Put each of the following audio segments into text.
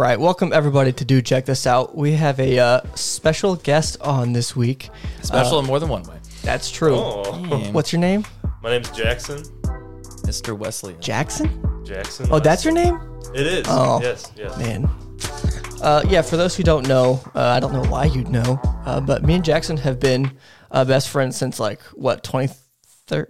Right, welcome everybody to Do Check This Out. We have a uh, special guest on this week. Special in more than one way. That's true. Oh, Damn. What's your name? my name's Jackson. Mr. Wesley? Jackson? Jackson. Oh, that's your name? It is. Oh. Yes. Yes. Man. Uh, yeah, for those who don't know, uh, I don't know why you'd know, uh, but me and Jackson have been uh, best friends since like, what, 23?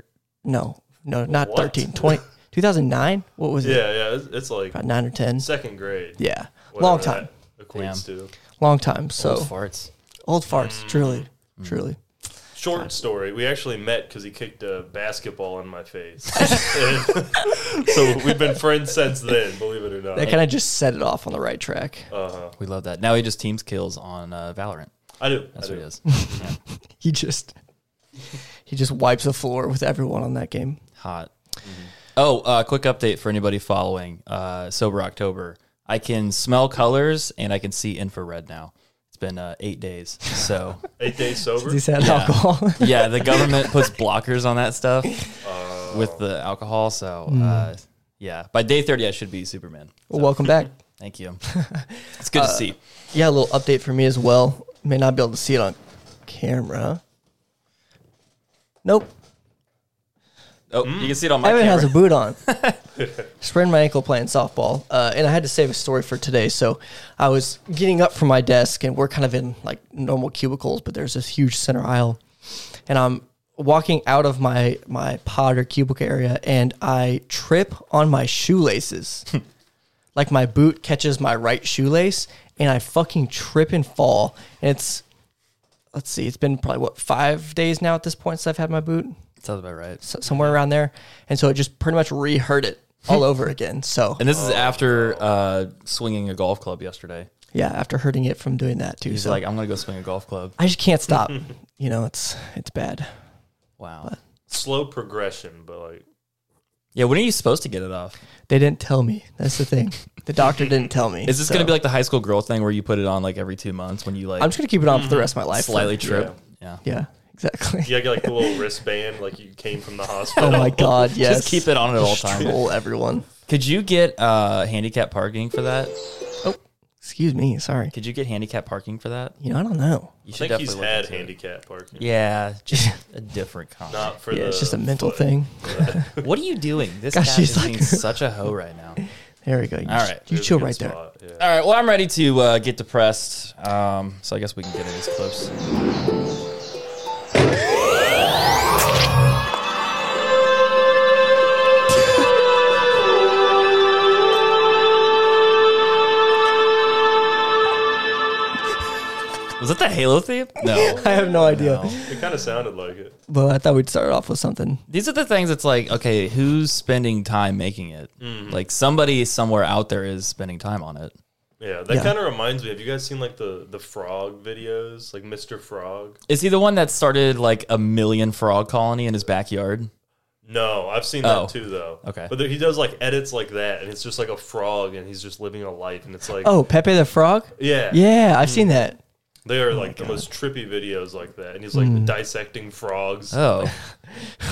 No, no, not What? 13. 20, 2009? What was it? Yeah. Yeah. It's, it's like About 9 or 10? second grade. Yeah. whatever Long time. That equates to. Long time. So, Those farts. old farts, truly. Mm. Truly. Short story. We actually met because he kicked a basketball in my face. so we've been friends since then. Believe it or not. That kind of just set it off on the right track. We love that. Now he just teams kills on uh, Valorant. I do. That's I what do. it is. he just he just wipes the floor with everyone on that game. Hot. Mm-hmm. Oh, uh, quick update for anybody following uh, Sober October. I can smell colors and I can see infrared now. It's been uh, eight days. So, Eight days sober. He's had alcohol. yeah, the government puts blockers on that stuff Oh. with the alcohol. So, uh, yeah, by day 30, I should be Superman. well, welcome back. Thank you. It's good to see. Yeah, a little update for me as well. May not be able to see it on camera. Nope. Oh, you can see it on my Evan camera. has a boot on. Sprained my ankle playing softball, uh, and I had to save a story for today. So I was getting up from my desk, and we're kind of in like normal cubicles, but there's this huge center aisle, and I'm walking out of my my pod or cubicle area, and I trip on my shoelaces. like my boot catches my right shoelace, and I fucking trip and fall. And it's let's see, it's been probably what five days now at this point since I've had my boot Sounds about right. so- somewhere around there, and so it just pretty much re-heard it all over again. So And this is after uh, swinging a golf club yesterday. yeah, after hurting it from doing that too, He's so like, I'm gonna go swing a golf club. I just can't stop. you know, it's it's bad. Wow. Slow progression, but like Yeah. When are you supposed to get it off? They didn't tell me. That's the thing. The doctor didn't tell me. Is this so- gonna be like the high school girl thing where you put it on like every two months when you like I'm just gonna keep it on for the rest of my life. slightly trip? Yeah. Yeah, exactly. you got like the little wristband, like you came from the hospital. Oh my god, yes. Just keep it on at all times. Troll everyone. Could you get uh, handicap parking for that? Oh, excuse me. Sorry. Could you get handicap parking for that? You know, I don't know. You I think he's look had into it. handicap parking. Yeah, just a different kind. Not for Yeah, the. it's just a mental foot. thing. What are you doing? This Gosh, cat she's is like- being such a hoe right now. There we go. You, All right. You There's a chill good right there. spot, yeah. All right. Well, I'm ready to uh, get depressed. Um, so I guess we can get into these clips. Was that the Halo theme? No. I have no idea. It kind of sounded like it. Well, I thought we'd start off with something. These are the things that's like, okay, who's spending time making it? Like somebody somewhere out there is spending time on it. Yeah, that Yeah. kind of reminds me. Have you guys seen like the the frog videos, like Mr. Frog? Is he the one that started like a million frog colony in his backyard? No, I've seen Oh. that too though. Okay. but there, he does like edits like that, and it's just like a frog, and he's just living a life, and it's like, Oh, Pepe the Frog. yeah, Yeah, I've seen that. they Oh are like the most trippy videos like that, and he's like dissecting frogs, Hmm. Oh,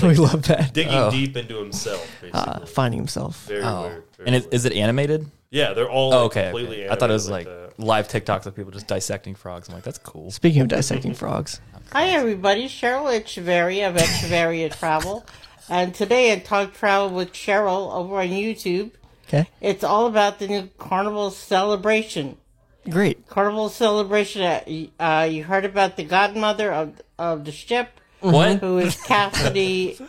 we love that. digging Oh. Ah. deep into himself, basically. Uh, finding himself. very oh. weird. Very and it, weird. is it animated? yeah, they're all Oh, like, okay. completely. okay. I thought it animated uh, was like, that. live TikToks of people just dissecting frogs. I'm like, that's cool. Speaking of dissecting frogs, Hi, everybody. Cheryl Echeverria of Echeverria Travel. And today I talk travel with Cheryl over on YouTube. okay, It's all about the new Carnival celebration. great. Carnival celebration. uh, Uh, you heard about the godmother of, of the ship, What? who is Cassidy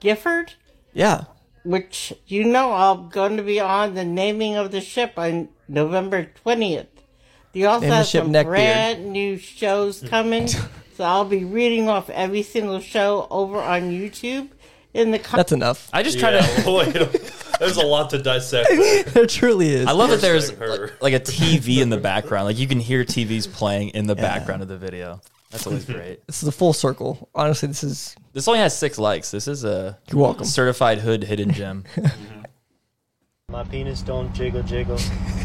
Gifford, Yeah, which you know I'm going to be on the naming of the ship on November 20th. You also Name the have ship some Neckbeard. brand new shows coming, so I'll be reading off every single show over on YouTube in the com- that's enough. I just try to. yeah, wait, there's a lot to dissect. there. There truly is. I love that there's Forcing her. like, like a TV in the background. Like you can hear TVs playing in the background of the video. That's always great. this is a full circle. Honestly, this is This only has six likes. This is a You're welcome. certified hood hidden gem. My penis don't jiggle jiggle.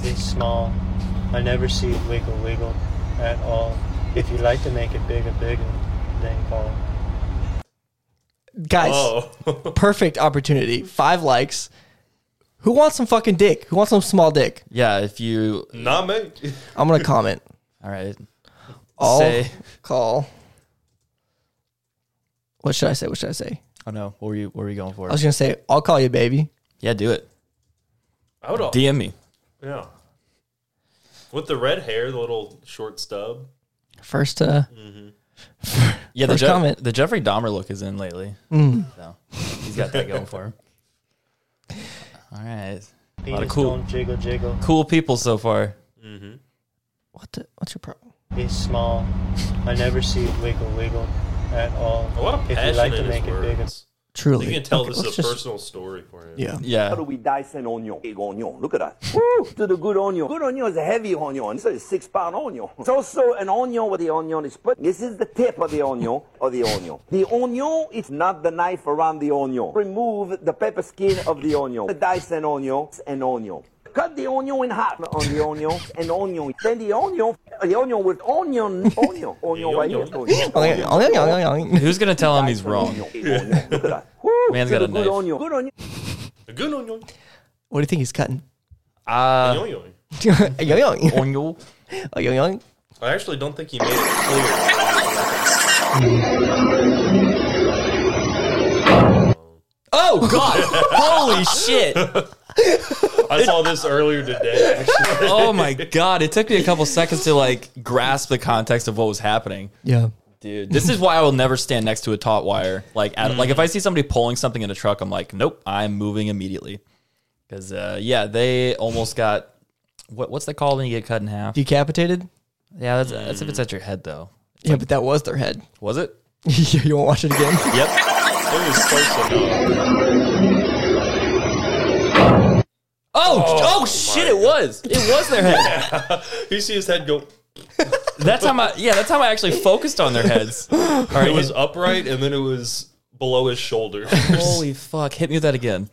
It's small. I never see it wiggle wiggle at all. If you like to make it bigger bigger, then call. guys. Oh, Perfect opportunity. Five likes. Who wants some fucking dick? Who wants some small dick? Yeah, if you Not me. I'm gonna comment. all right, All Say. call. What should I say? What should I say? oh no, what were you what were you going for? I was gonna say, I'll call you baby. yeah, do it. I would all. DM me. Yeah. With the red hair, the little short stub. First uh Yeah, the, First Je- comment. Mm. the Jeffrey Dahmer look is in lately. So he's got that going for him. All right, a lot of Penis cool don't jiggle jiggle. cool people so far. what the what's your problem? He's small. I never see it wiggle wiggle at all. A lot of if you passion like to in make his it bigger, words. Truly. You can tell Okay, this is let's a just- personal story for him. Yeah. Yeah, How do we dice an onion? Big onion. Look at us. Woo! To the good onion. Good onion is a heavy onion. This is a six pound onion. It's also an onion where the onion is put. This is the tip of the onion of the onion. The onion is not the knife around the onion. Remove the pepper skin of the onion. Dice an onion. It's an onion. Cut the onion in half on the onion and onion. Then the onion, the onion with onion, onion, onion right here. Onion, Okay, onion. okay, okay, okay. who's gonna tell him he's Dice an wrong? onion, big onion. Look at us. Woo! Man's To got the a good knife. onion. Good onion. A good onion. What do you think he's cutting? Uh, Yo, yo. yo yo yo Onyol. yo yo. I actually don't think he made it Oh God! Holy shit! clear. I saw this earlier today. Actually. Oh my God! It took me a couple seconds to like grasp the context of what was happening. Yeah. Dude, Mm. this is why I will never stand next to a taut wire. Like, at, like if I see somebody pulling something in a truck, I'm like, nope, I'm moving immediately. Because uh, yeah, they almost got what what's that called when you get cut in half? Decapitated? Yeah, that's, that's if it's at your head though. Yeah, but that was their head. Mm. Was it? you won't watch it again? Yep. It was close enough. Oh, oh, shit! It was. It was their head. You see his head go. That's how I. Yeah, that's how I actually focused on their heads. All right, It was upright, and then it was below his shoulder. holy fuck! Hit me with that again.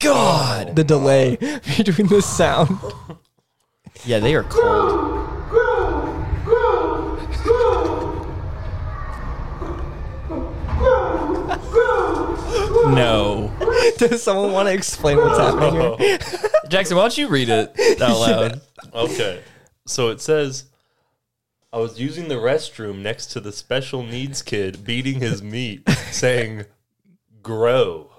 God. The delay between the sound. Yeah, they are cold. No. Does someone want to explain what's happening here? Jackson, why don't you read it out loud? Okay. So it says I was using the restroom next to the special needs kid beating his meat, saying, Grow.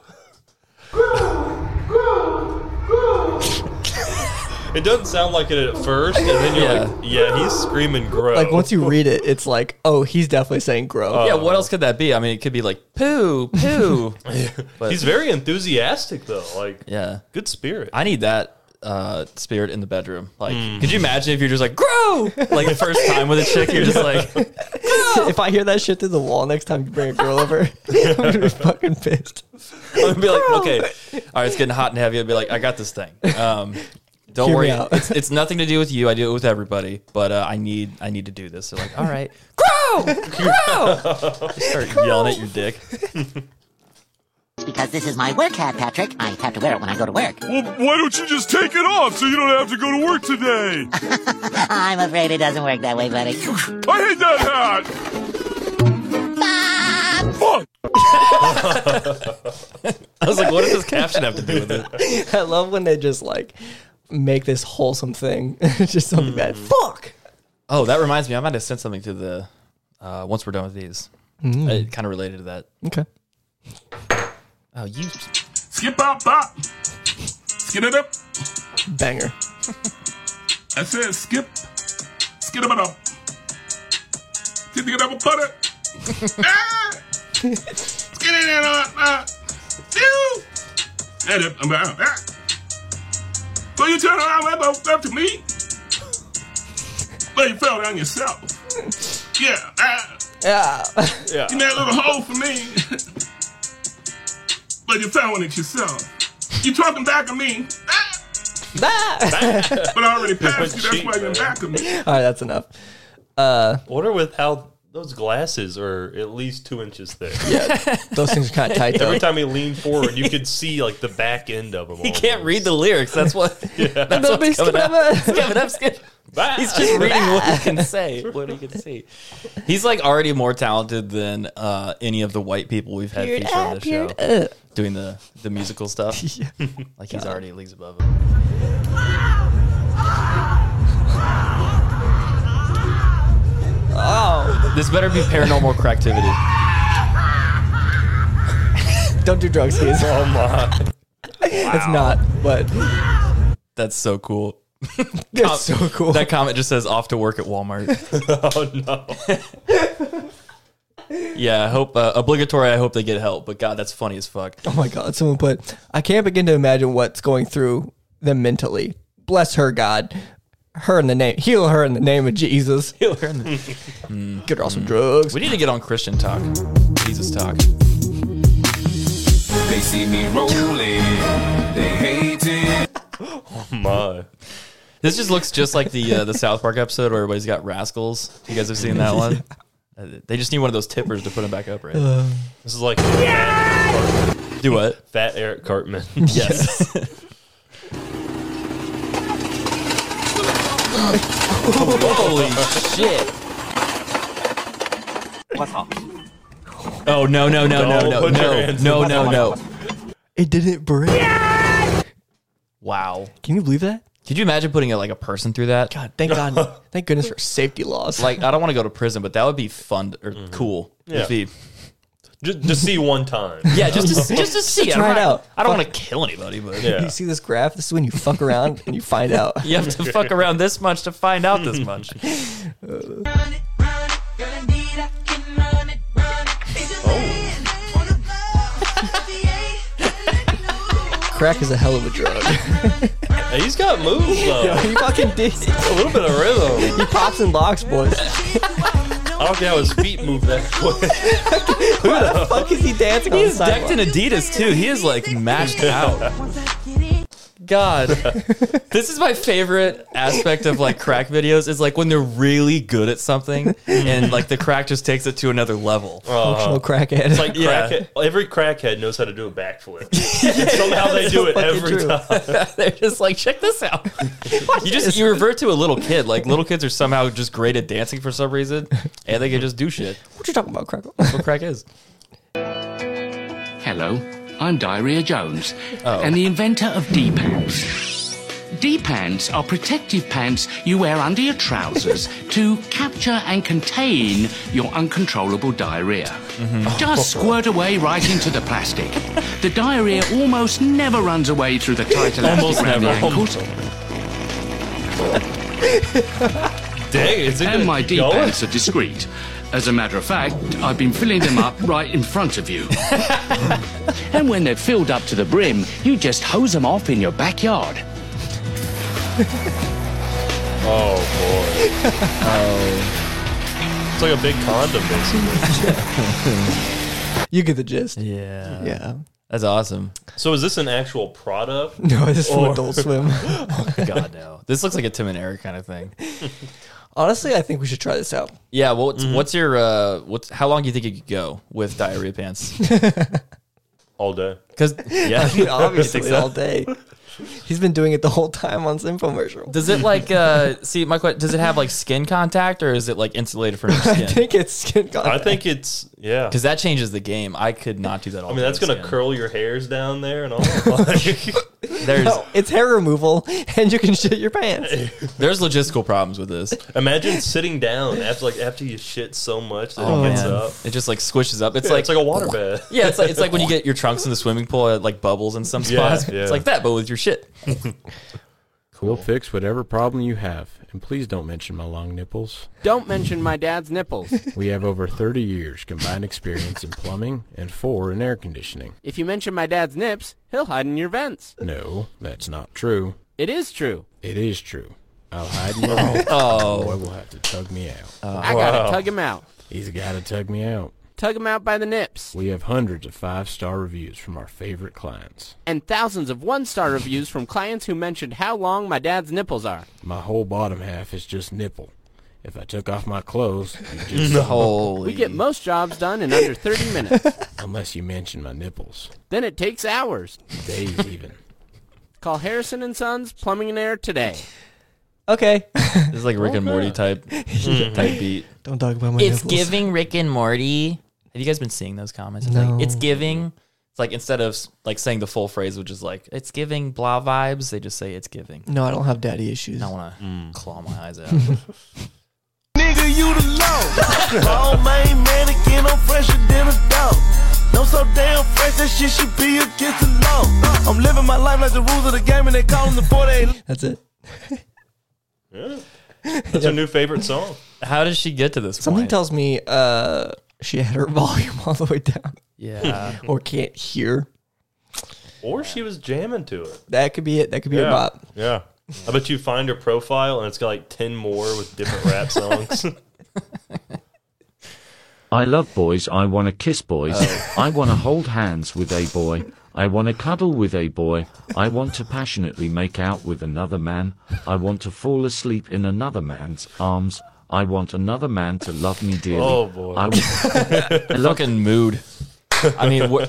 It doesn't sound like it at first, and then you're Yeah. like, yeah, he's screaming grow. Like once you read it, it's like, oh, he's definitely saying grow. Yeah, what else could that be? I mean, it could be like poo, poo. But he's very enthusiastic, though. Like, yeah, good spirit. I need that uh, spirit in the bedroom. Like, Mm. could you imagine if you're just like grow, like the first time with a chick, you're just like, if I hear that shit through the wall next time you bring a girl over, I'm gonna be fucking pissed. I'd be like, okay, all right, it's getting hot and heavy. I'd be like, I got this thing. Um, don't Hear worry, me out. it's, it's nothing to do with you. I do it with everybody, but uh, I need I need to do this. So like, all right, grow, grow. Just start yelling at your dick. because this is my work hat, Patrick. I have to wear it when I go to work. Well, why don't you just take it off so you don't have to go to work today? I'm afraid it doesn't work that way, buddy. I hate that hat! Fuck! I was like, what does this caption have to do with it? I love when they just like make this wholesome thing just something bad. Fuck. Oh, that reminds me, I might have sent something to the uh, once we're done with these. Mm. It kind of related to that. Okay. Oh, you Skip out, bop! Skid it up! Banger. I said skip! Skid it up! Skid it up, butter! Ah! Skid it in, uh, uh! Phew! That up, I'm out. Ah! So you turn around up, up to me? Well, you fell down yourself. Yeah, ah! Yeah. Yeah. in that little hole for me. but you found it yourself. You talking back at me, Ah, Ah! but I already passed you. That's cheap, why you're man. back at me. All right, that's enough. Wonder with how those glasses are at least two inches thick. Those things are kind of tight though. Every time he leaned forward, you could see like the back end of him. He can't read the lyrics. That's what. That's Don't be what's coming out. stupid. Skip it up, skip. He's just reading what he can say, what he can see. He's like already more talented than uh, any of the white people we've had featured on the show, doing the the musical stuff. Like he's already leagues above him. Oh, This better be paranormal activity. don't do drugs, kids. Oh It's not, but That's so cool. they're Oh, so cool. That comment just says off to work at Walmart. Oh no! Oh, Yeah, I hope uh, obligatory. I hope they get help. But God, that's funny as fuck. oh my god! Someone put, I can't begin to imagine what's going through them mentally. Bless her, God. Her in the name, heal her in the name of Jesus. Heal her in the- Get her off some drugs. we need to get on Christian talk, Jesus talk. They see me rolling. They hate it. My This just looks just like the uh, the South Park episode where everybody's got rascals. You guys have seen that one? Uh, They just need one of those tippers to put them back up, right? Uh. this is like fat, Do what? fat Eric Cartman. Yes. Holy shit! What's up? Oh no no no Don't no no put your no hands no in no my no! It didn't break. Wow! Can you believe that? Could you imagine putting a, like a person through that? God, thank God, thank goodness for safety laws. Like I don't want to go to prison, but that would be fun to- or cool. Yeah. Mm-hmm. Yeah. just, just see one time. yeah, just to, just to see. I don't try it wanna- out. I don't want to kill anybody, but Yeah. you see this graph? This is when you fuck around and you find out. You have to fuck around this much to find out this much. Oh. Crack is a hell of a drug. Hey, he's got moves though. he fucking did. A little bit of rhythm. He pops and locks, boys. I don't care how his feet move that quick. fuck is he dancing on the He's decked sidewalk? in Adidas too. He is like matched out. God, this is my favorite aspect of like crack videos is like when they're really good at something Mm. and like the crack just takes it to another level. Functional Oh, crackhead. Uh, Like Yeah. crackhead, every crackhead knows how to do a backflip. And somehow they that's do so it fucking every true. time. they're just like, check this out. you just you revert to a little kid. Like little kids are somehow just great at dancing for some reason, and they can just do shit. what you talking about, crackle? That's what crack is. Hello, I'm Diarrhea Jones, and the inventor of D pants. D pants are protective pants you wear under your trousers to capture and contain your uncontrollable diarrhea. Mm-hmm. Just squirt away right into the plastic. The diarrhea almost never runs away through the tight Almost elastic around the never. ankles. Dang, is it and gonna my keep D going? pants are discreet. As a matter of fact, I've been filling them up right in front of you. and when they're filled up to the brim, you just hose them off in your backyard. It's like a big condom, basically. you get the gist. Yeah, Yeah. that's awesome. So is this an actual product? No, this is from Or- Adult Swim. God no, this looks like a Tim and Eric kind of thing. Honestly, I think we should try this out. Yeah, well, Mm-hmm. what's, what's your uh, what's how long do you think you could go with diarrhea pants? All day. Because yeah, Obviously, so? all day. He's been doing it the whole time on this infomercial. does it like uh, see my question? Does it have like skin contact or is it like insulated from your I skin? think it's skin I contact. think it's yeah. Because that changes the game. I could not do that. All I mean, that's gonna curl. curl your hairs down there and all. Like, There's No, it's hair removal, and you can shit your pants. there's logistical problems with this. imagine sitting down after like after you shit so much that it gets up. It just like squishes up. It's Yeah, like it's like a water bed. yeah, it's like it's like when you get your trunks in the swimming pool, it like bubbles in some Yeah, spots. yeah. It's like that, but with your shit. We'll fix whatever problem you have, and please don't mention my long nipples. Don't mention my dad's nipples. we have over 30 years combined experience in plumbing and four in air conditioning. If you mention my dad's nips, he'll hide in your vents. No, that's not true. It is true. It is true. I'll hide in your hole. oh. Boy will have to tug me out. I gotta tug him out. He's gotta tug me out. Tug him out by the nips. We have hundreds of five-star reviews from our favorite clients. and thousands of one-star reviews from clients who mentioned how long my dad's nipples are. My whole bottom half is just nipple. If I took off my clothes, you just Holy. We get most jobs done in under 30 minutes. unless you mention my nipples, then it takes hours. days even. Call Harrison and Sons Plumbing and Air today. Okay. This is like Rick and Morty type type beat. Don't talk about my It's nipples. giving Rick and Morty. Have you guys been seeing those comments? It's No. Like, it's giving. It's like instead of like saying the full phrase, which is like it's giving blah vibes, they just say it's giving. No, I don't have daddy issues. I don't want to claw my eyes out. Nigga, you the low. All main mannequin, I'm fresher than a dog. No, so damn fresh, that shit should be against the law. I'm living my life like the rules of the game, and they call them the 48 That's it. That's her new favorite song. How does she get to this Something point? tells me uh, she had her volume all the way down yeah. or can't hear. Or she was jamming to it. That could be it. That could be a bop. Yeah. I bet you find her profile and it's got like 10 more with different rap songs. I love boys. I want to kiss boys. Oh. I want to hold hands with a boy. I want to cuddle with a boy. I want to passionately make out with another man. I want to fall asleep in another man's arms. I want another man to love me dearly. Oh, boy. I w- I love Fucking mood. I mean, wha-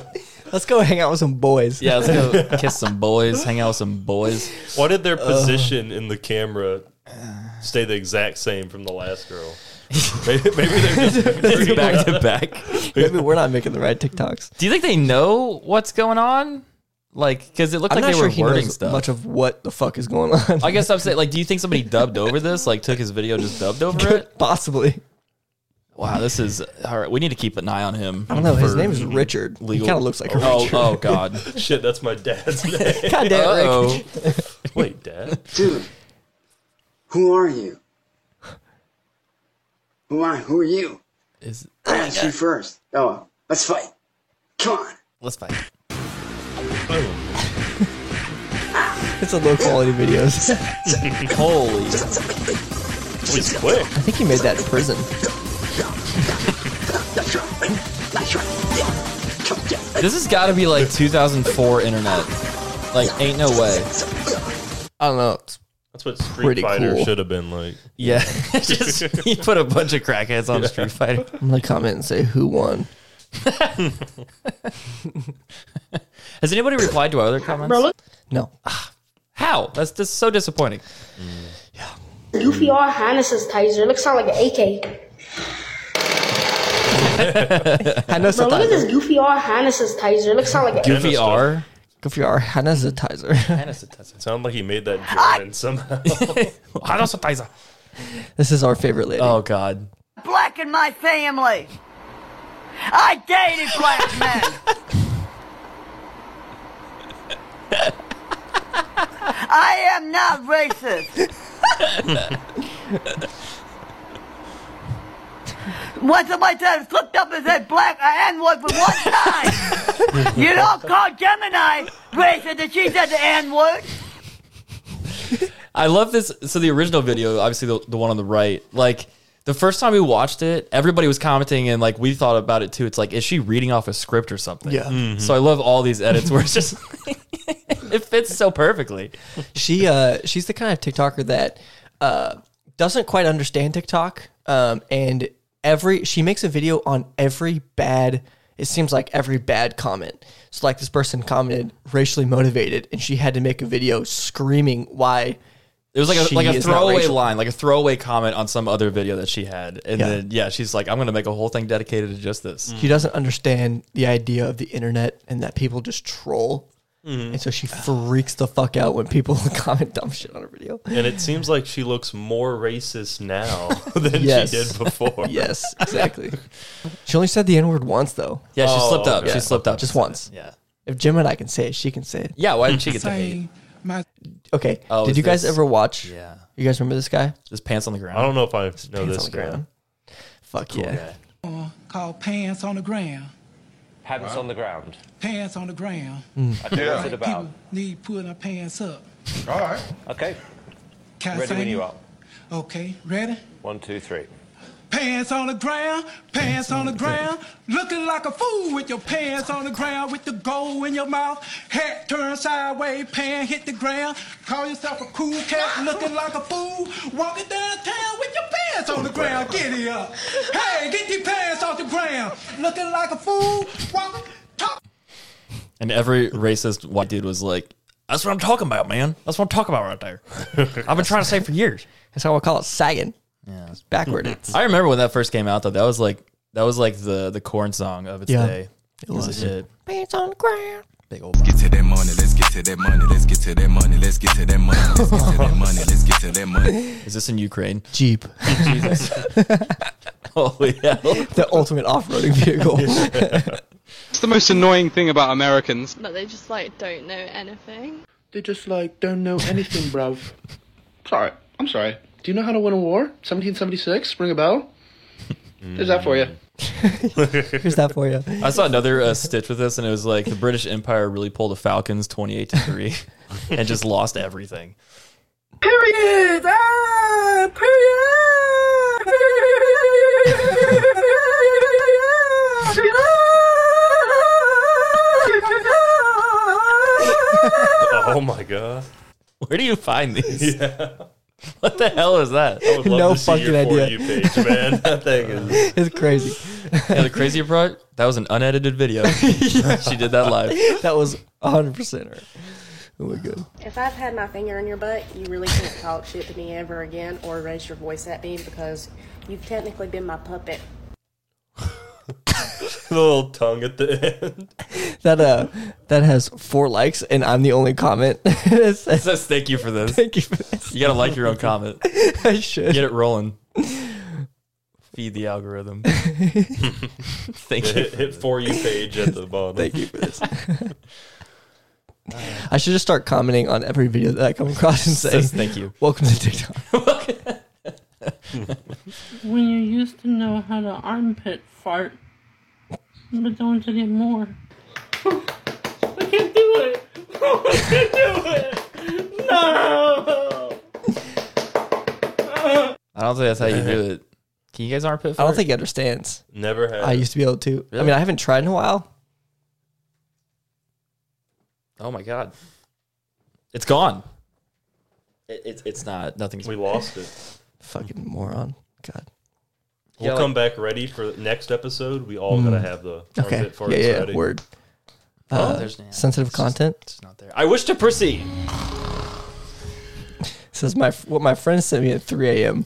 Let's go hang out with some boys. yeah, let's go kiss some boys, hang out with some boys. Why did their position in the camera stay the exact same from the last girl? Maybe, maybe they're just Just back to back. Maybe we're not making the right TikToks. Do you think they know what's going on? Like, because it looked I'm like not they sure were he wording knows stuff. much of what the fuck is going on. I guess I'm saying, like, do you think somebody dubbed over this? Like, took his video, just dubbed over it? Possibly. Wow, this is all right. We need to keep an eye on him. I don't know. His name is Richard. legal- He kind of looks like a Oh, Richard. oh God. shit. That's my dad's name. God damn it, Rick. Oh, Wait, dad? Dude, who are you? Who are who are you? is I asked you first. Oh, let's fight. Come on. let's fight. It's a low quality videos. Holy, He's quick. I think he made that in prison. this has got to be like 2004 internet. Like, ain't no way. I don't know. It's That's what Street Pretty Fighter cool. should have been like. Yeah, just he put a bunch of crackheads on Street Fighter. I'm gonna comment and say who won. Has anybody replied to our other comments? No. How? That's just so disappointing. Goofy all harnesses Tizer. Looks sound like an AK. I Bro, know look at sometimes. this goofy all harnesses Tizer. Looks sound like an Goofy R. Go for your Hanazatizer. It sounded like he made that German somehow. this is our favorite lady. Oh God. black in my family. I dated black men. I am not racist. Once somebody said, flipped up and said black, I N word for one time. you don't call Gemini racist, and she said the N word. I love this. So the original video, obviously the, the one on the right, like the first time we watched it, everybody was commenting and like we thought about it too. It's like, is she reading off a script or something? Yeah. Mm-hmm. So I love all these edits where it's just it fits so perfectly. She uh she's the kind of TikToker that uh doesn't quite understand TikTok. Um and every she makes a video on every bad it seems like every bad comment. So like this person commented racially motivated and she had to make a video screaming why It was like a She like a is not throwaway racial. line, like a throwaway comment on some other video that she had, and Yeah. then yeah, she's like, I'm gonna make a whole thing dedicated to just this. Mm. she doesn't understand the idea of the internet and that people just troll. Mm-hmm. And so she freaks the fuck out when people comment dumb shit on her video. and it seems like she looks more racist now than Yes. she did before. Yes, exactly. she only said the N word once though. Yeah, she Oh, slipped up. okay. She slipped up Just once. Yeah. If Jim and I can say it, she can say it. Yeah. Why didn't she get the hate? Okay. Oh, Did is you guys this- ever watch? Yeah. You guys remember this guy? Just pants on the ground. I don't know if I know Pants this on the ground. guy. Fuck yeah. called Pants on the Ground. Pants on the ground. Pants on the ground. Yeah. What's it about? People need pulling our pants up. All right. Okay. Can I Ready sing when you it? are. Okay, ready? One, two, three. Pants on the ground, pants on the ground, looking like a fool with your pants on the ground, with the gold in your mouth, hat turned sideways, pan hit the ground, call yourself a cool cat, looking like a fool, walking downtown with your pants pants on the ground. Get it up. Hey, get your pants off the ground. Looking like a fool. Walk, talk. And every racist white dude was like, "That's what I'm talking about, man. That's what I'm talking about right there." I've been trying to say for years. That's how I call it sagging. Yeah, it's backward. it's I remember when that first came out though. That was like that was like the the corn song of its Yeah. day. It It was, was. a hit. pants on the ground. Let's get to that money, let's get to that money, let's get to that money, let's get to that money, let's get to that money, let's get to that money. Is this in Ukraine? Jeep. Jesus. Holy hell. The ultimate off-roading vehicle. It's the most annoying thing about Americans. But they just like don't know anything. They just like don't know anything, bruv. Sorry, I'm sorry. Do you know how to win a war? 1776, ring a bell. There's that for you. Here's that for you. I saw another uh, stitch with this, and it was like the British Empire really pulled the Falcons twenty-eight to three, and just lost everything. Period. Ah, Oh my god. Where do you find these? What the hell is that? I would love No to see your fucking For idea. You page, man. That thing is. It's crazy. Yeah, the crazier part that was an unedited video. She did that live. that was 100% her. Oh my god. If I've had my finger in your butt, you really can't talk shit to me ever again or raise your voice at me because you've technically been my puppet. the little tongue at the end. That uh that has 4 likes and I'm the only comment. It It says, says thank you for this. Thank you for this. You gotta like your own comment. I should. Get it rolling. Feed the algorithm. Thank you. Hit, hit for you page at the bottom. Thank you for this. I should just start commenting on every video that I come across and say Says thank you. Welcome to TikTok. When you used to know how to armpit fart, but don't anymore. I can't do it. I can't do it. No. I don't think that's how you do it. Can you guys armpit? I don't fart? think he understands. Never had. I used to be able to. I mean, I haven't tried in a while. Oh my god, it's gone. It, it's it's not. Nothing's. We lost it. Fucking moron. God. We'll Yeah, come back ready for next episode. We all gotta Mm. have the Okay. armpit farts Yeah, yeah, ready. word. Oh, Uh, there's- yeah, sensitive content. I wish to proceed. Says my what my friend sent me at 3 a.m.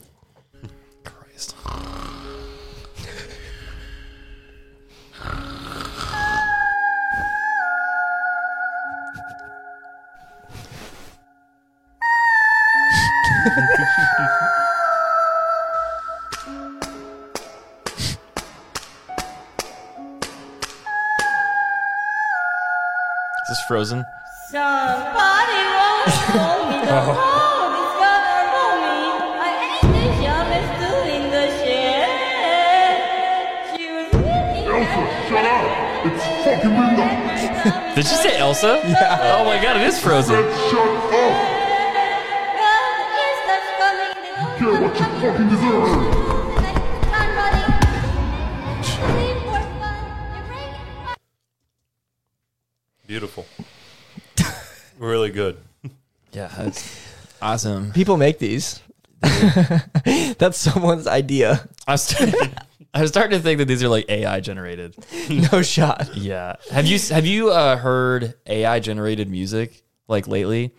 Is this frozen? Somebody won't hold me. The Oh. cold is gonna roll me. I ain't the youngest doing the shit. She was really Elsa, shut up. It's fucking midnight. Did she say Elsa? Yeah. Oh my god, it is frozen. Get what you fucking deserve. Beautiful. really good. Yeah, that's awesome. People make these. That's someone's idea. I'm, st- I'm starting to think that these are like AI generated. No shot. Yeah. Have you have you uh, heard AI generated music like lately?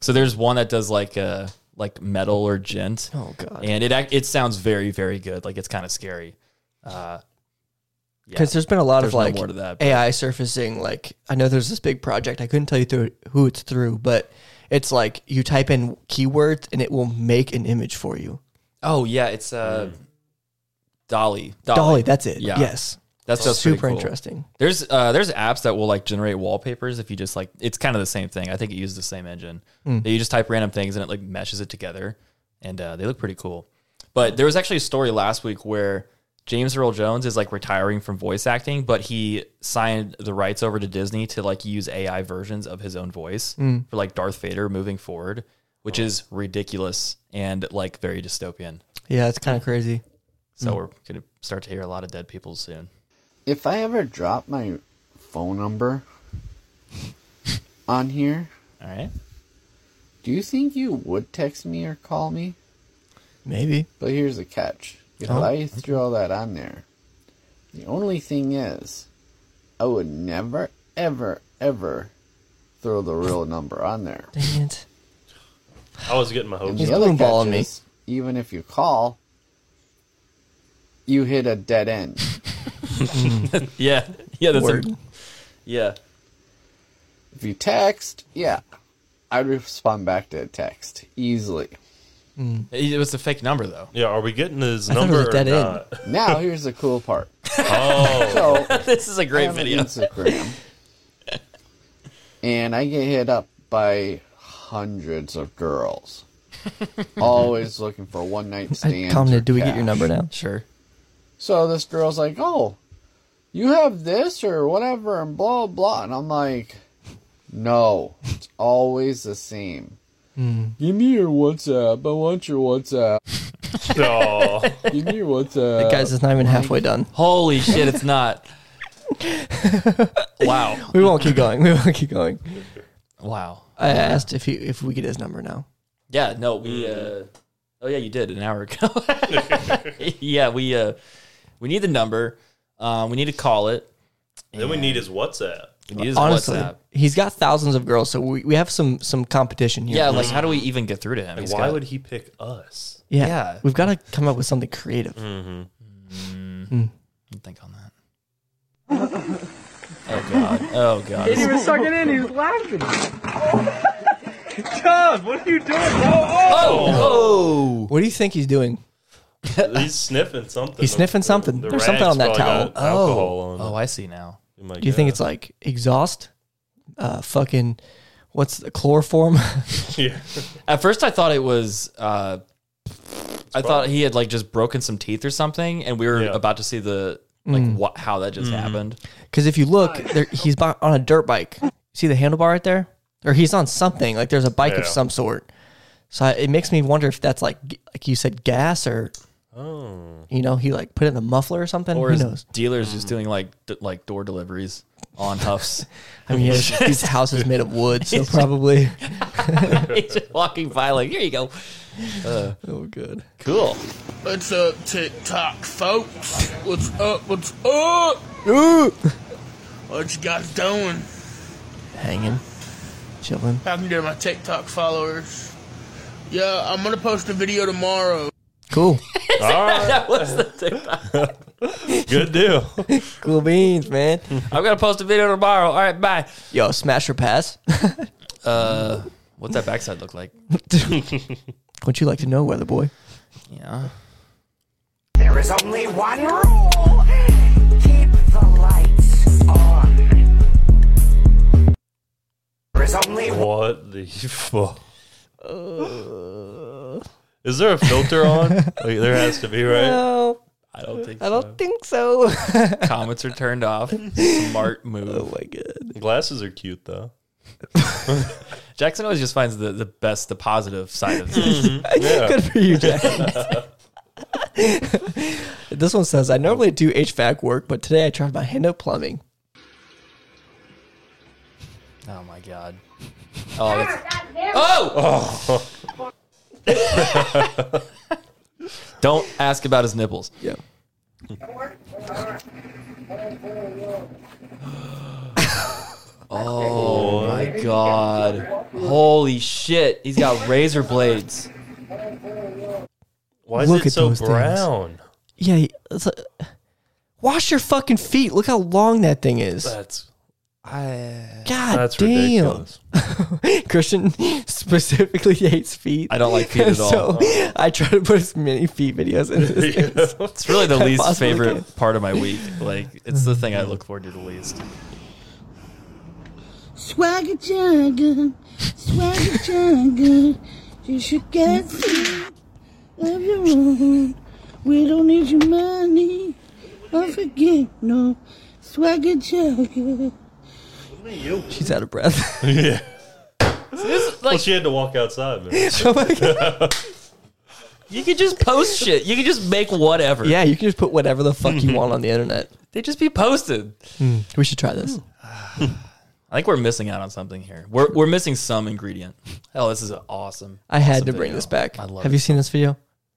So there's one that does like uh like metal or gent. Oh, God. And it ac- it sounds very very good. Like it's kind of scary. Uh, Because there's been a lot There's of no like more to that, but- AI surfacing. Like I know there's this big project. I couldn't tell you through who it's through, but it's like you type in keywords and it will make an image for you. oh yeah, it's uh Dolly. Dolly. Dolly, that's it. Yes. That's just Super pretty cool. interesting. There's uh, there's apps that will like generate wallpapers if you just like it's kind of the same thing. I think it uses the same engine. Hmm. You just type random things and it like meshes it together, and uh, they look pretty cool. But there was actually a story last week where James Earl Jones is like retiring from voice acting, but he signed the rights over to Disney to like use AI versions of his own voice Hmm. Oh, for like Darth Vader moving forward, which is ridiculous and like very dystopian. Yeah, it's kind of crazy. So Mm. we're gonna start to hear a lot of dead people soon. If I ever drop my phone number on here, all right. Do you think you would text me or call me? Maybe. But here's the catch. If Oh. I threw all that on there, the only thing is, I would never, ever, ever throw the real number on there. Dang it. I was getting my And hopes the up. other catch is, even if you call, you hit a dead end. yeah, yeah, that's a, Word. yeah. If you text, yeah, I'd respond back to a text easily. It was a fake number though. Yeah, are we getting his I thought it number was or dead end. not? Now here's the cool part. Oh. So, This is a great I have an video. Instagram, and I get hit up by hundreds of girls, always looking for one night stands. Commented, or do we get cash. your number now? Sure. So this girl's like, "Oh, you have this or whatever," and blah blah. And I'm like, "No, it's always the same." Give me your WhatsApp. I want your WhatsApp. No. Give me your WhatsApp. That guy's just not even halfway done. Holy shit, it's not. wow. We won't keep going. We won't keep going. Wow. I asked if he if we get his number now. Yeah, no, we uh Oh yeah, you did an hour ago. yeah, we uh we need the number. Um we need to call it. Then we need his WhatsApp. We need his Honestly, WhatsApp. he's got thousands of girls, so we, we have some some competition here. Yeah, like how do we even get through to him? Like, He's why got- would he pick us? yeah, yeah. we've got to come up with something creative. Mm. Think on that. Oh god. Oh god. Didn't even suck it in. He was laughing. John, what are you doing? Oh, What do you think he's doing? He's sniffing something. He's sniffing something. the There's something on rag's that towel. probably got alcohol Oh. on Oh, it. I see now. Oh my do you think God. it's like exhaust? Uh, fucking, what's the chloroform? Yeah. At first, I thought it was. Uh, I thought he had like just broken some teeth or something, and we were about to see the like Mm. what how that just happened. Because if you look, there, he's bo- on a dirt bike. See the handlebar right there, or he's on something like there's a bike of Yeah. some sort. So I, it makes me wonder if that's like g- like you said, gas or Oh. you know he like put it in the muffler or something. Or Who his knows? dealers just doing like d- like door deliveries on Huffs. I mean, yeah, this- this house is made of wood, so probably. he's just walking by like here you go. Uh, oh, good. Cool. What's up, TikTok folks? What's up? What's up? What you guys doing? Hanging, chilling. Talking to my TikTok followers. Yeah, I'm gonna post a video tomorrow. Cool. that was the TikTok. Good deal. cool beans, man. I'm gonna post a video tomorrow. All right, bye. Yo, smash or pass? Uh, what's that backside look like? Would you like to know, weather boy? Yeah. There is only one rule. Keep the lights on. There is only What the fuck? Is there a filter on? like, there has to be, right? No. I don't think. I Oh, don't think so. Comments are turned off. Smart move. Oh Oh, my god. Glasses are cute though. Jackson always just finds the, the best, the positive side of things. Good for you, Jack. this one says, I normally do HVAC work, but today I tried my hand at plumbing. oh my god. Oh. That's, oh! don't ask about his nipples. Yeah. Oh my god. Holy shit. He's got razor blades. Why is Look it at so those things. brown? Yeah. It's like, wash your fucking feet. Look how long that thing is. That's I, God That's damn. ridiculous. Christian specifically hates feet. I don't like feet at all. So I try to put as many feet videos in this. as It's really the I least possibly favorite can. part of my week. Like, it's the thing I look forward to the least. Swagger jagger, swagger jagger. You should get some of your own. We don't need your money. I forget no swagger jagger. You. She's out of breath. yeah. well, she had to walk outside, man. Oh my God. You could just post shit. You could just make whatever. Yeah, you can just put whatever the fuck you want on the internet. They just be posted. Hmm, we should try this. I think we're missing out on something here. We're, we're missing some ingredient. Hell, this is awesome. I had awesome to bring video. this back. I love Have it. you seen this video?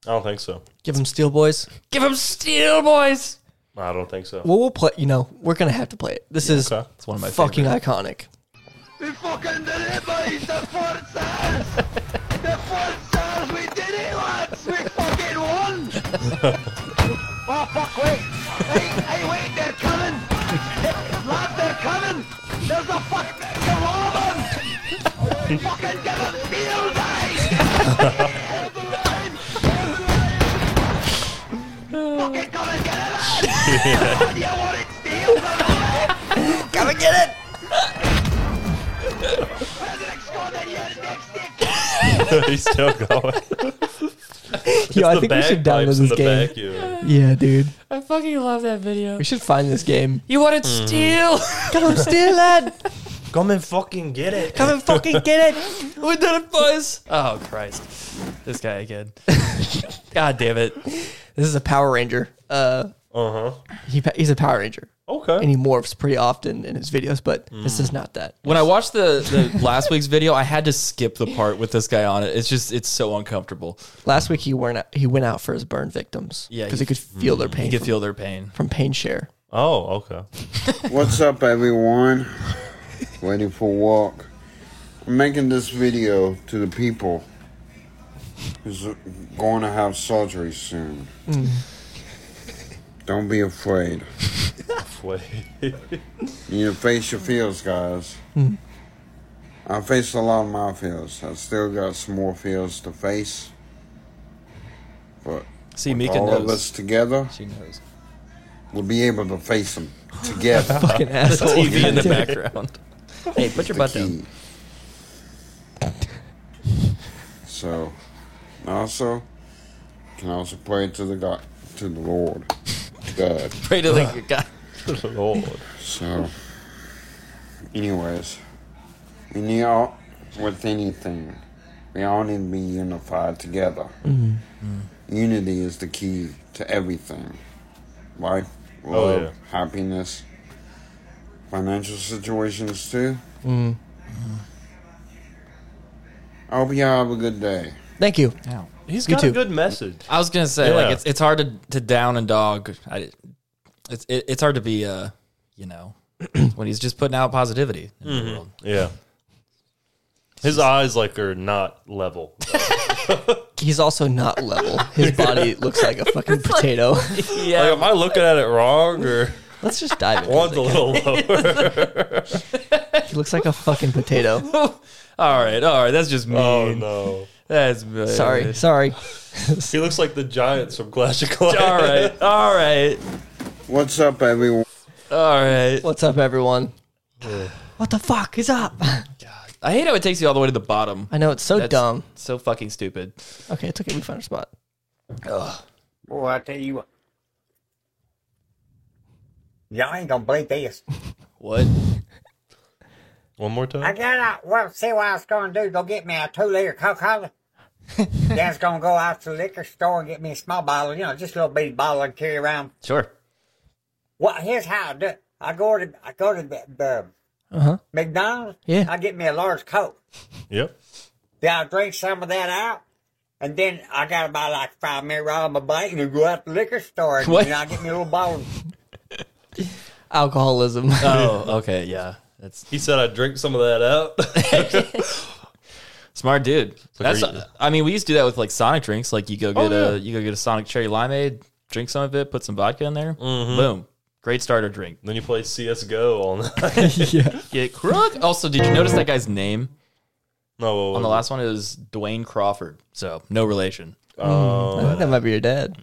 I don't think so. Give them Steel Boys. Give him steel, boys. I don't think so. Well, we'll play. You know, we're gonna have to play it. This is It's one of my fucking iconic. We fucking did it, boys! The four stars! The four stars! We did it, lads! We fucking won! oh, fuck, wait! Hey, hey, wait, they're coming! Lad, they're coming! There's a fuck... Come on, man! fucking give them steel, guys! Fucking come and get it, lad! you want it, steel, man? Come and get it! He's still going. Yo, I the think we should bagpipes download in this the game. vacuum. Yeah, dude. I fucking love that video. We should find this game. You wanted Mm. steel. Come steal lad. Come and fucking get it. Come and fucking get it. We did it, boys. Oh Christ, this guy again. God damn it. This is a Power Ranger. Uh Uh-huh. huh. He pa- he's a Power Ranger. Okay. And he morphs pretty often in his videos, but this Mm. is not that. When I watched the, the last week's video, I had to skip the part with this guy on it. It's just it's so uncomfortable. Last week he went out, he went out for his burn victims. Yeah, because he- he, could feel their Mm. pain. He could from- feel their pain. from pain share. Oh, okay. What's up, everyone? Ready for work? I'm making this video to the people who's going to have surgery soon. Mm. Don't be afraid. Wait. You need to face your fears, guys. Mm. I faced a lot of my fears. I still got some more fears to face. But See, with Mika all of knows. us together, she knows. We'll be able to face them together. Fucking The asshole. TV in the background. Hey, put your butt down. So, and also, can also pray to the God, to the Lord, God. Pray to the God. Lord. So, anyways, we need all with anything. We all need to be unified together. Mhm. Unity is the key to everything. Life, Oh, love, yeah. happiness, financial situations too. Mm. Mm-hmm. I hope you all have a good day. Thank you. He's You got too. a good message. I was gonna say Yeah. like it's it's hard to, to down and dog. I, it's it, it's hard to be uh you know when he's just putting out positivity in the Mhm. world. Yeah. His eyes like are not level. He's also not level. His body looks like a fucking potato. yeah. Like, am I looking at it wrong or? Let's just dive into One's it. a little lower. he looks like a fucking potato. all right, all right. That's just mean. Oh no. That's Sorry, sorry. He looks like the Giants from Clash of Clans. All right, all right, What's up, everyone? all right. What's up, everyone? What the fuck is up? I hate how it takes you all the way to the bottom. I know it's so That's dumb. so fucking stupid. Okay, it's okay. We found our spot. Ugh. Boy, I tell you what. Y'all ain't gonna believe this. What? One more time. I got out. Well, see what I was gonna do. Go get me a two liter Coca Cola. Dad's gonna go out to the liquor store and get me a small bottle, you know, just a little bitty bottle and carry around. Sure. Well, here's how I do. it. I go to I go to the, the Uh Uh-huh. huh. McDonald's. Yeah. I get me a large Coke. Yep. Then I drink some of that out, and then I got about like five minutes on my bike and go out to the liquor store and What? you know, I get me a little bottle. Alcoholism. Oh, okay, yeah. That's he said I drink some of that out. Smart dude. like, That's. are you- I mean, we used to do that with like Sonic drinks. Like you go Oh, get yeah. a you go get a Sonic cherry limeade, drink some of it, put some vodka in there. Boom, great starter drink. then you play CS:GO all night. yeah. Get crook. Also, did you notice that guy's name? No. On the last one, it was Dwayne Crawford. So no relation. Mm, I think that might be your dad.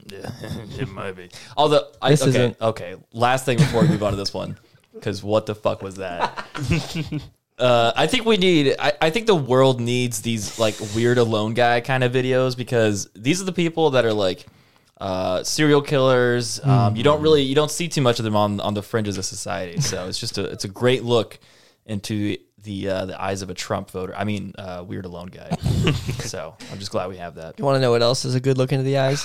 it might be. Although I This okay, isn't- okay. Last thing before we move on to this one, because what the fuck was that? uh, I think we need. I, I think the world needs these like weird alone guy kind of videos because these are the people that are like uh, serial killers. Um, you don't really you don't see too much of them on on the fringes of society. So it's just a it's a great look into the uh, the eyes of a Trump voter. I mean, uh, weird alone guy. so I'm just glad we have that. You want to know what else is a good look into the eyes?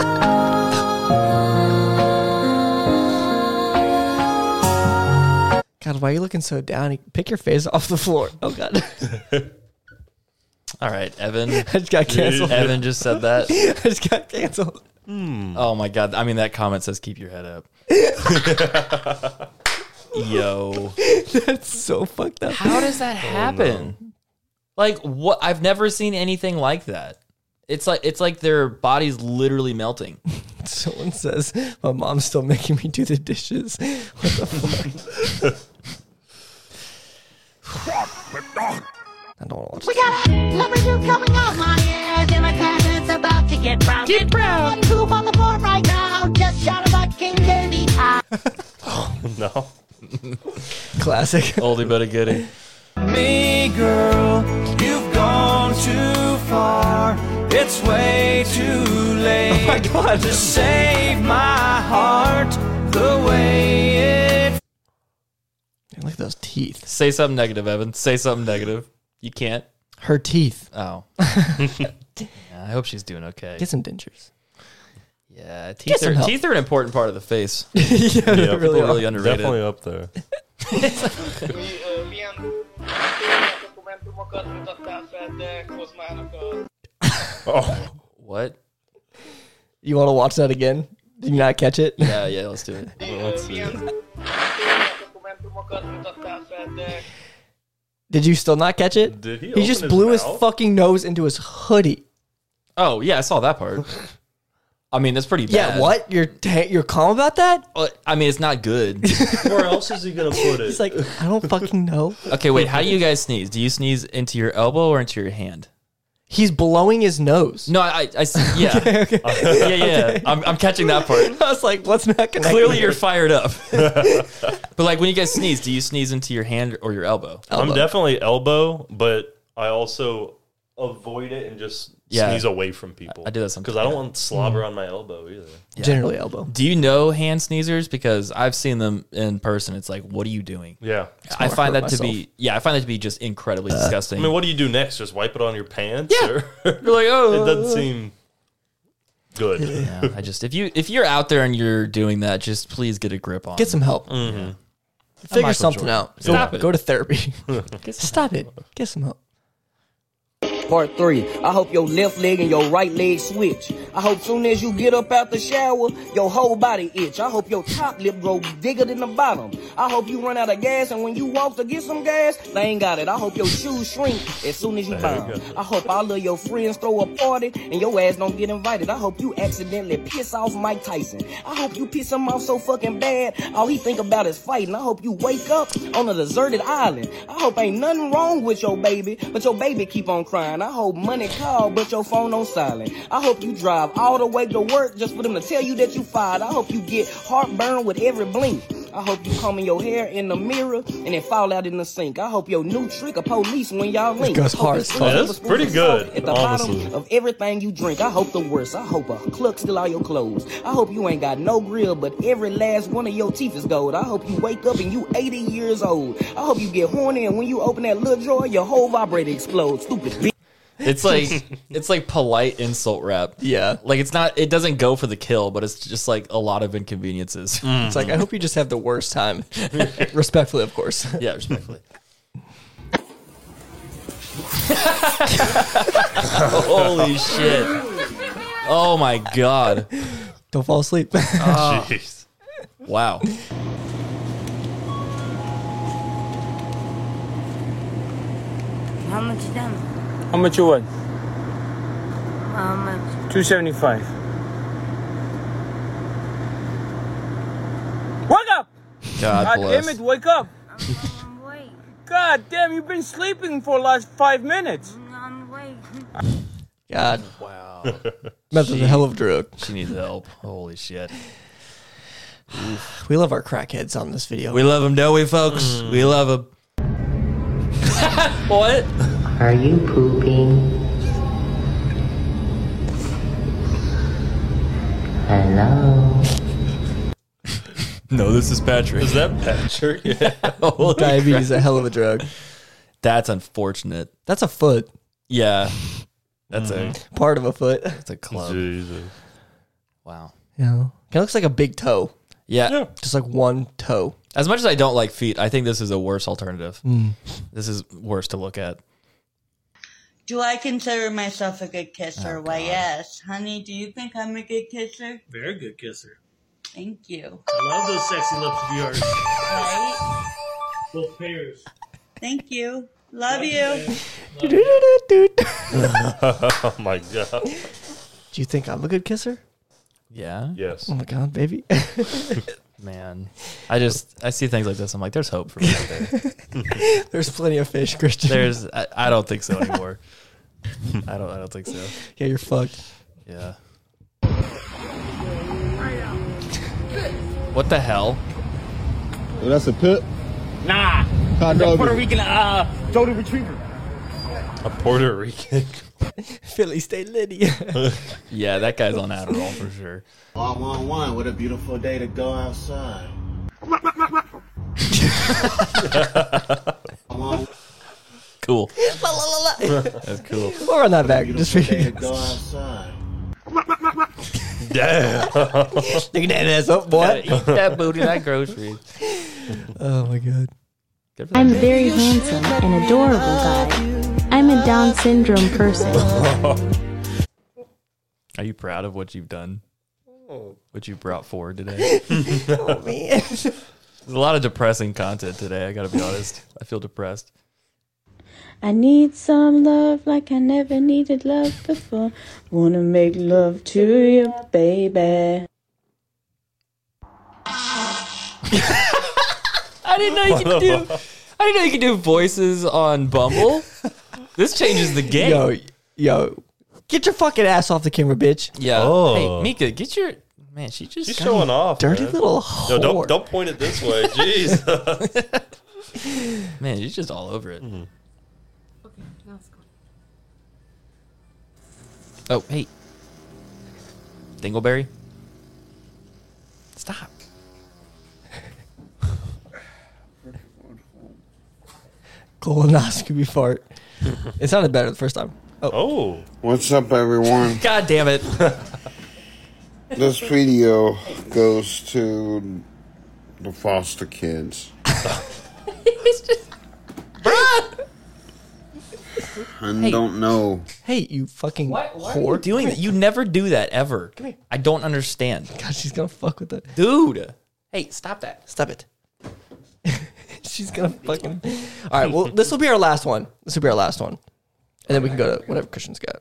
God, God, why are you looking so down? Pick your face off the floor. Oh God. All right, Evan. I just got canceled. Evan just said that. I just got canceled. Oh my god! I mean, that comment says keep your head up. Yo, Oh, that's so fucked up. How does that happen? Like what? I've never seen anything like that. It's like it's like their body's literally melting. Someone says my mom's still making me do the dishes. What the fuck? I don't want to We got a number two coming up, my yeah. Democrats is about to get brown. Get brown. One poop on the board right now. Just shot about King Derby. Ah. no. Classic. Oh Oldie but a goodie. Me, girl, you've gone too far. It's way too late. Oh my God. To save my heart the way it. Look at those teeth. Say something negative, Evan. Say something negative. You can't. Her teeth. Oh. I hope she's doing okay. Get some dentures. Yeah, Get teeth some are, help. teeth are an important part of the face. yeah, they people really really, are. underrated. Definitely up there. oh, what? You want to watch that again? Did you not catch it? Yeah, yeah. Let's do it. Did you still not catch it? Did he He open just his blew his, mouth? fucking nose into his hoodie. Oh yeah, I saw that part. I mean, that's pretty bad. Yeah, what? You're ta- you're calm about that? Uh, I mean, it's not good. Where else is he gonna put it? He's like, I don't fucking know. Okay, wait. How do you guys sneeze? Do you sneeze into your elbow or into your hand? He's blowing his nose. No, I, I, I s- yeah, yeah, yeah. I'm, I'm catching that part. I was like, what's not connected? Clearly, you're fired up. but like, when you guys sneeze, do you sneeze into your hand or your elbow? Uh, I'm definitely elbow, but I also avoid it and just Yeah. sneeze away from people. I do Mm. that because I don't want slobber on my elbow either. Yeah. Generally elbow. Do you know hand sneezers? Because I've seen them in person. It's like, what are you doing? Yeah. I It's find more that hurt to be yeah, I find that to be just incredibly I disgusting. mean, what do you do next? Just wipe it on your pants? Yeah. Or? You're like, oh. it doesn't seem good. yeah, I just if you if you're out there and you're doing that, just please get a grip on. Get some help. Yeah. Figure Michael something Jordan. out. Mm-hmm. Stop go, it. Go to therapy. Stop it. Get some help. Part three. I hope your left leg and your right leg switch. I hope soon as you get up out the shower, your whole body itch. I hope your top lip grow bigger than the bottom. I hope you run out of gas and when you walk to get some gas, they ain't got it. I hope your shoes shrink as soon as you There you buy 'em. go. I hope all of your friends throw a party and your ass don't get invited. I hope you accidentally piss off Mike Tyson. I hope you piss him off so fucking bad, all he think about is fighting. I hope you wake up on a deserted island. I hope ain't nothing wrong with your baby, but your baby keep on crying. I hope money call, but your phone on silent. I hope you drive all the way to work just for them to tell you that you fired. I hope you get heartburn with every blink. I hope you combing your hair in the mirror and it fall out in the sink. I hope your new trick of police when y'all link. goes I hope hard it's as fuck. Yeah, that's spoons pretty of salt good, At the honestly. bottom of everything you drink, I hope the worst. I hope a cluck steal all your clothes. I hope you ain't got no grill, but every last one of your teeth is gold. I hope you wake up and you 80 years old. I hope you get horny and when you open that little drawer, your whole vibrator explodes. Stupid bitch. It's like it's like polite insult rap. Yeah. Like it's not it doesn't go for the kill, but it's just like a lot of inconveniences. Mm. It's Mm-hmm. like, I hope you just have the worst time. respectfully, of course. Yeah, respectfully. Holy shit. Oh my god. Don't fall asleep. Uh, Oh. Wow. How much you done? How much you want? How much? 275. Wake up! God bless. damn it, wake up! God damn, you've been sleeping for the last five minutes. God. Wow. That's a hell of a drug. She needs help. Holy shit. Oof. We love our crackheads on this video. We love them, don't we, folks? We love them. what? Are you pooping? Hello. No, this is Patrick. Is that Patrick? Yeah. Holy Diabetes is crap. a hell of a drug. That's unfortunate. That's a foot. Yeah. That's a Part of a foot. That's a club. Jesus. Wow. Yeah. It looks like a big toe. Yeah. Just like one toe. As much as I don't like feet, I think this is a worse alternative. Mm. This is worse to look at. Do I consider myself a good kisser? Oh, Why, yes. Honey, do you think I'm a good kisser? Very good kisser. Thank you. I love those sexy lips of yours. Right? Both pairs. Thank you. Love, Love you, you. oh my god. Do you think I'm a good kisser? Yeah. Yes. Oh my god, baby. Man, I just I see things like this. I'm like, there's hope for me out there. There's plenty of fish, Christian. There's I, I don't think so anymore. I don't I don't think so. Yeah, you're fucked. Yeah. What the hell? that's a pit. Nah. Hot The dog. Puerto Rican uh Golden Retriever. A Puerto Rican. Philly State Lydia. yeah, that guy's on Adderall for sure. One one one. What a beautiful day to go outside. cool. That's cool. We'll run that back just for Day to you. go outside. Damn. Dig that ass up, boy. Gotta eat that booty, that grocery. Oh my god. I'm a very handsome and adorable guy. I'm a Down syndrome person. Are you proud of what you've done? What you brought forward today? Oh, man. There's a lot of depressing content today. I gotta be honest. I feel depressed. I need some love like I never needed love before. Wanna make love to you, baby. I didn't know you could do. I didn't know you could do voices on Bumble. This changes the game. Yo, yo. Get your fucking ass off the camera, bitch. Yeah. Oh. Hey, Mika, get your man. She just She's got showing a off. dirty man. little No, whore. don't don't point it this way. Jeez. Man, she's just all over it. Oh, hey, Dingleberry. Stop. Colonoscopy fart. it sounded better the first time. Oh. What's up, everyone? God damn it. this video goes to the foster kids. I Hey. don't know. Hey, you fucking Why are you doing that? You never do that ever. Come here. I don't understand. God, she's gonna fuck with it, dude. Hey, stop that. Stop it. She's gonna fucking. All right. Well, this will be our last one. This will be our last one, and then we can go to whatever Christian's got.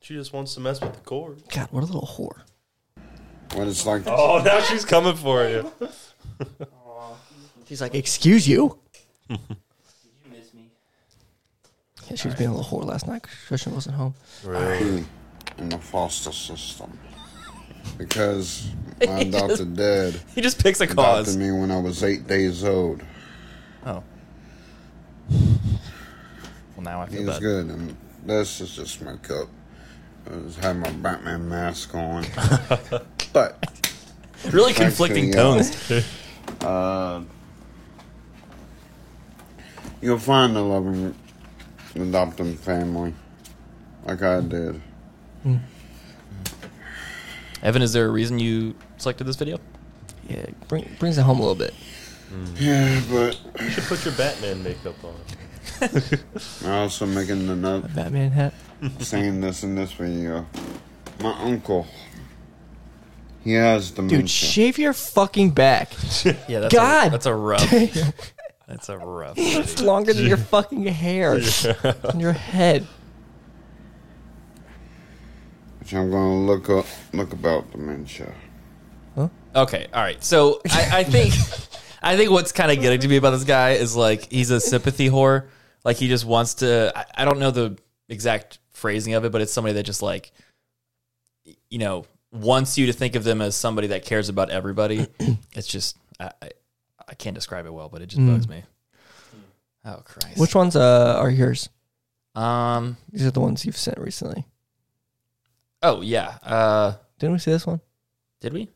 She just wants to mess with the cord. God, what a little whore. What it's like. Oh, now she's coming for you. She's like, excuse you. Yeah, she was being a little whore last night. 'cause Christian wasn't home. Really? In the foster system. Because my adopted dad. He just picks a adopted cause. me when I was eight days old. Oh. Well, now I feel He was bad. good, and this is just my cup. I just had my Batman mask on, but Really back to conflicting the, tones. Uh, uh, you'll find a loving adopting family, like I did. Evan, is there a reason you selected this video? Yeah, bring, brings it home a little bit. Yeah, but You should put your Batman makeup on. I'm also making the note. Batman hat. Saying this in this video, my uncle. He has dementia. Dude, shave your fucking back. Yeah, that's God. A, that's a rough. damn. that's a rough. it's video. longer than your fucking hair Yeah. on your head. which I'm gonna look up, look about dementia. Okay, all right. So I, I think, I think what's kind of getting to me about this guy is like he's a sympathy whore. Like he just wants to. I, I don't know the exact phrasing of it, but it's somebody that just like, you know, wants you to think of them as somebody that cares about everybody. it's just I, I, I can't describe it well, but it just Mm. bugs me. Oh Christ! Hmm. Which ones uh, are yours? Um, These are the ones you've sent recently. Oh yeah. Uh, Didn't we see this one? did we?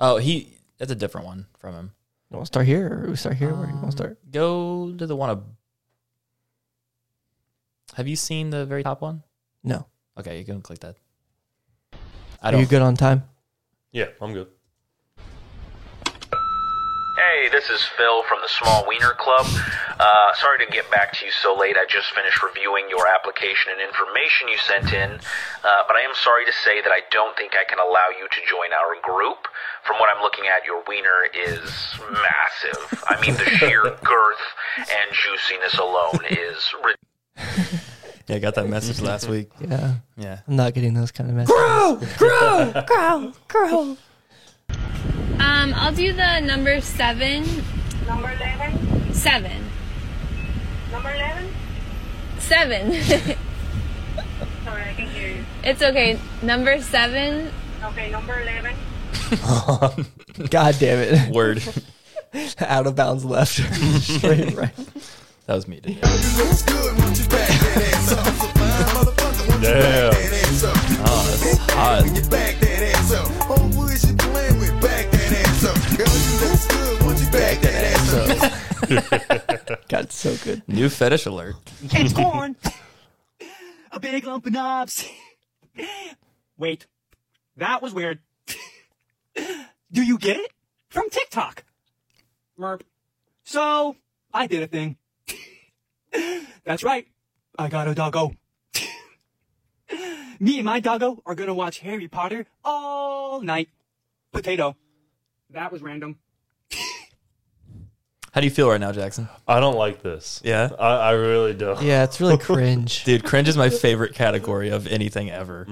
Oh, he. That's a different one from him. You want to start here, or we start here? Where do you Um, want to start? Go to the one of. Have you seen the very top one? No. Okay, you can click that. I Are you don't. good on time? Yeah, I'm good. Hey, this is Phil from the Small Wiener Club. Uh, sorry to get back to you so late. I just finished reviewing your application and information you sent in, uh, but I am sorry to say that I don't think I can allow you to join our group. From what I'm looking at, your wiener is massive. I mean, the sheer girth and juiciness alone is ridiculous. Yeah, I got that message last week. Yeah. Yeah. I'm not getting those kind of messages. Grow! Grow, grow. Um, I'll do the number seven. Number 11? Seven. Number 11? Seven. Sorry, I can hear you. It's okay. Number seven. Okay, number 11. God damn it. Word. Out of bounds left. Straight right. That was me. Today. Damn. Oh, that's hot. Got so good. New fetish alert. It's corn. A big lump of knobs. Wait, that was weird. Do you get it? From TikTok. Merp. So, I did a thing. That's right. I got a doggo. Me and my doggo are gonna watch Harry Potter all night. Potato. That was random. How do you feel right now, Jackson? I don't like this. Yeah. I, I really don't. Yeah, it's really cringe. Dude, cringe is my favorite category of anything ever.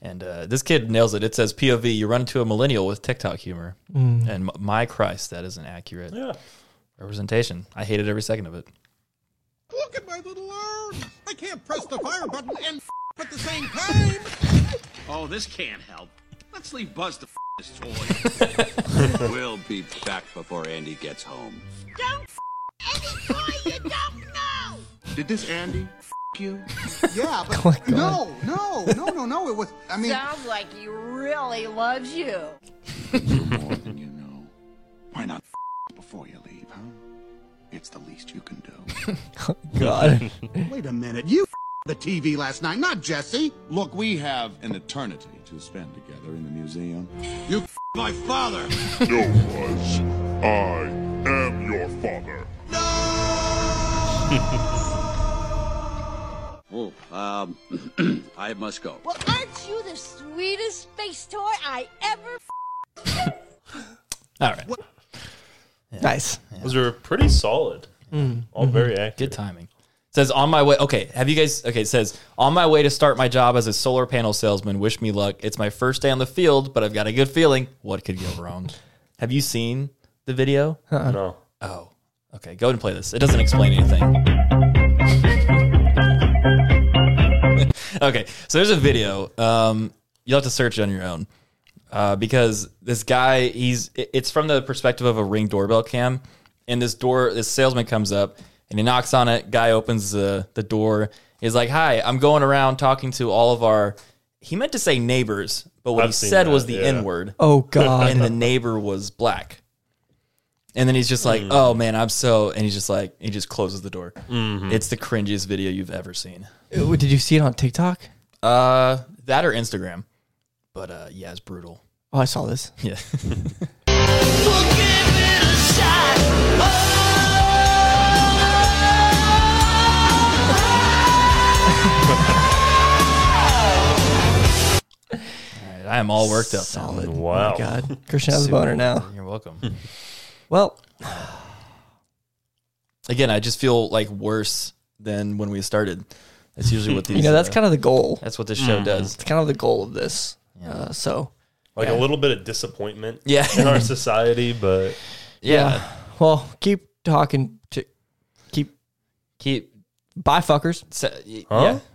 And uh, this kid nails it. It says POV, you run into a millennial with TikTok humor. Mm. And m- my Christ, that is an accurate Yeah. representation. I hated every second of it. Look at my little arms. I can't press the fire button and f- at the same time. Oh, this can't help. Let's leave Buzz to f- this toy. we'll be back before Andy gets home. Don't f- any boy you don't know. Did this Andy? you. Yeah, but Oh my God. no, no, no, no, no. It was. I mean, Sounds like he really loves you. More than you know. Why not f- before you leave, huh? It's the least you can do. God. Wait a minute. You f- the TV last night, not Jesse. Look, we have an eternity to spend together in the museum. You f- my father. No, Buzz. I am your father. Oh, um, I must go. Well, aren't you the sweetest space toy I ever All right. Nice. Those are pretty solid. All very accurate. Good timing. It says on my way. Okay, have you guys? Okay, it says on my way to start my job as a solar panel salesman. Wish me luck. It's my first day on the field, but I've got a good feeling. What could go wrong? have you seen the video? Uh-uh. No. Oh. Okay, go ahead and play this. It doesn't explain anything. okay, so there's a video. Um, you'll have to search it on your own uh, because this guy, he's it- it's from the perspective of a ring doorbell cam, and this door, this salesman comes up and he knocks on it. Guy opens the the door. He's like, "Hi, I'm going around talking to all of our." He meant to say neighbors, but what I've he seen said was that, the yeah. N word. Oh, God. And the neighbor was black. And then he's just like, "Oh man, I'm so," and he's just like, he just closes the door. Mm-hmm. It's the cringiest video you've ever seen. Ooh, Did you see it on TikTok? Uh, that or Instagram. But uh, yeah, it's brutal. Oh, I saw this. Yeah. All right, I am all worked up. Solid. Wow. my God. Christian has a boner now. You're welcome. Well, Again, I just feel like worse than when we started. That's usually what these. you know, that's uh, kind Mm-hmm. of the goal. That's what this show does. It's kind of the goal of this. Uh, so, Like yeah. a little bit of disappointment Yeah. in our society, but Well, keep talking. To, keep keep. Bye, fuckers. So, y- Huh? Yeah.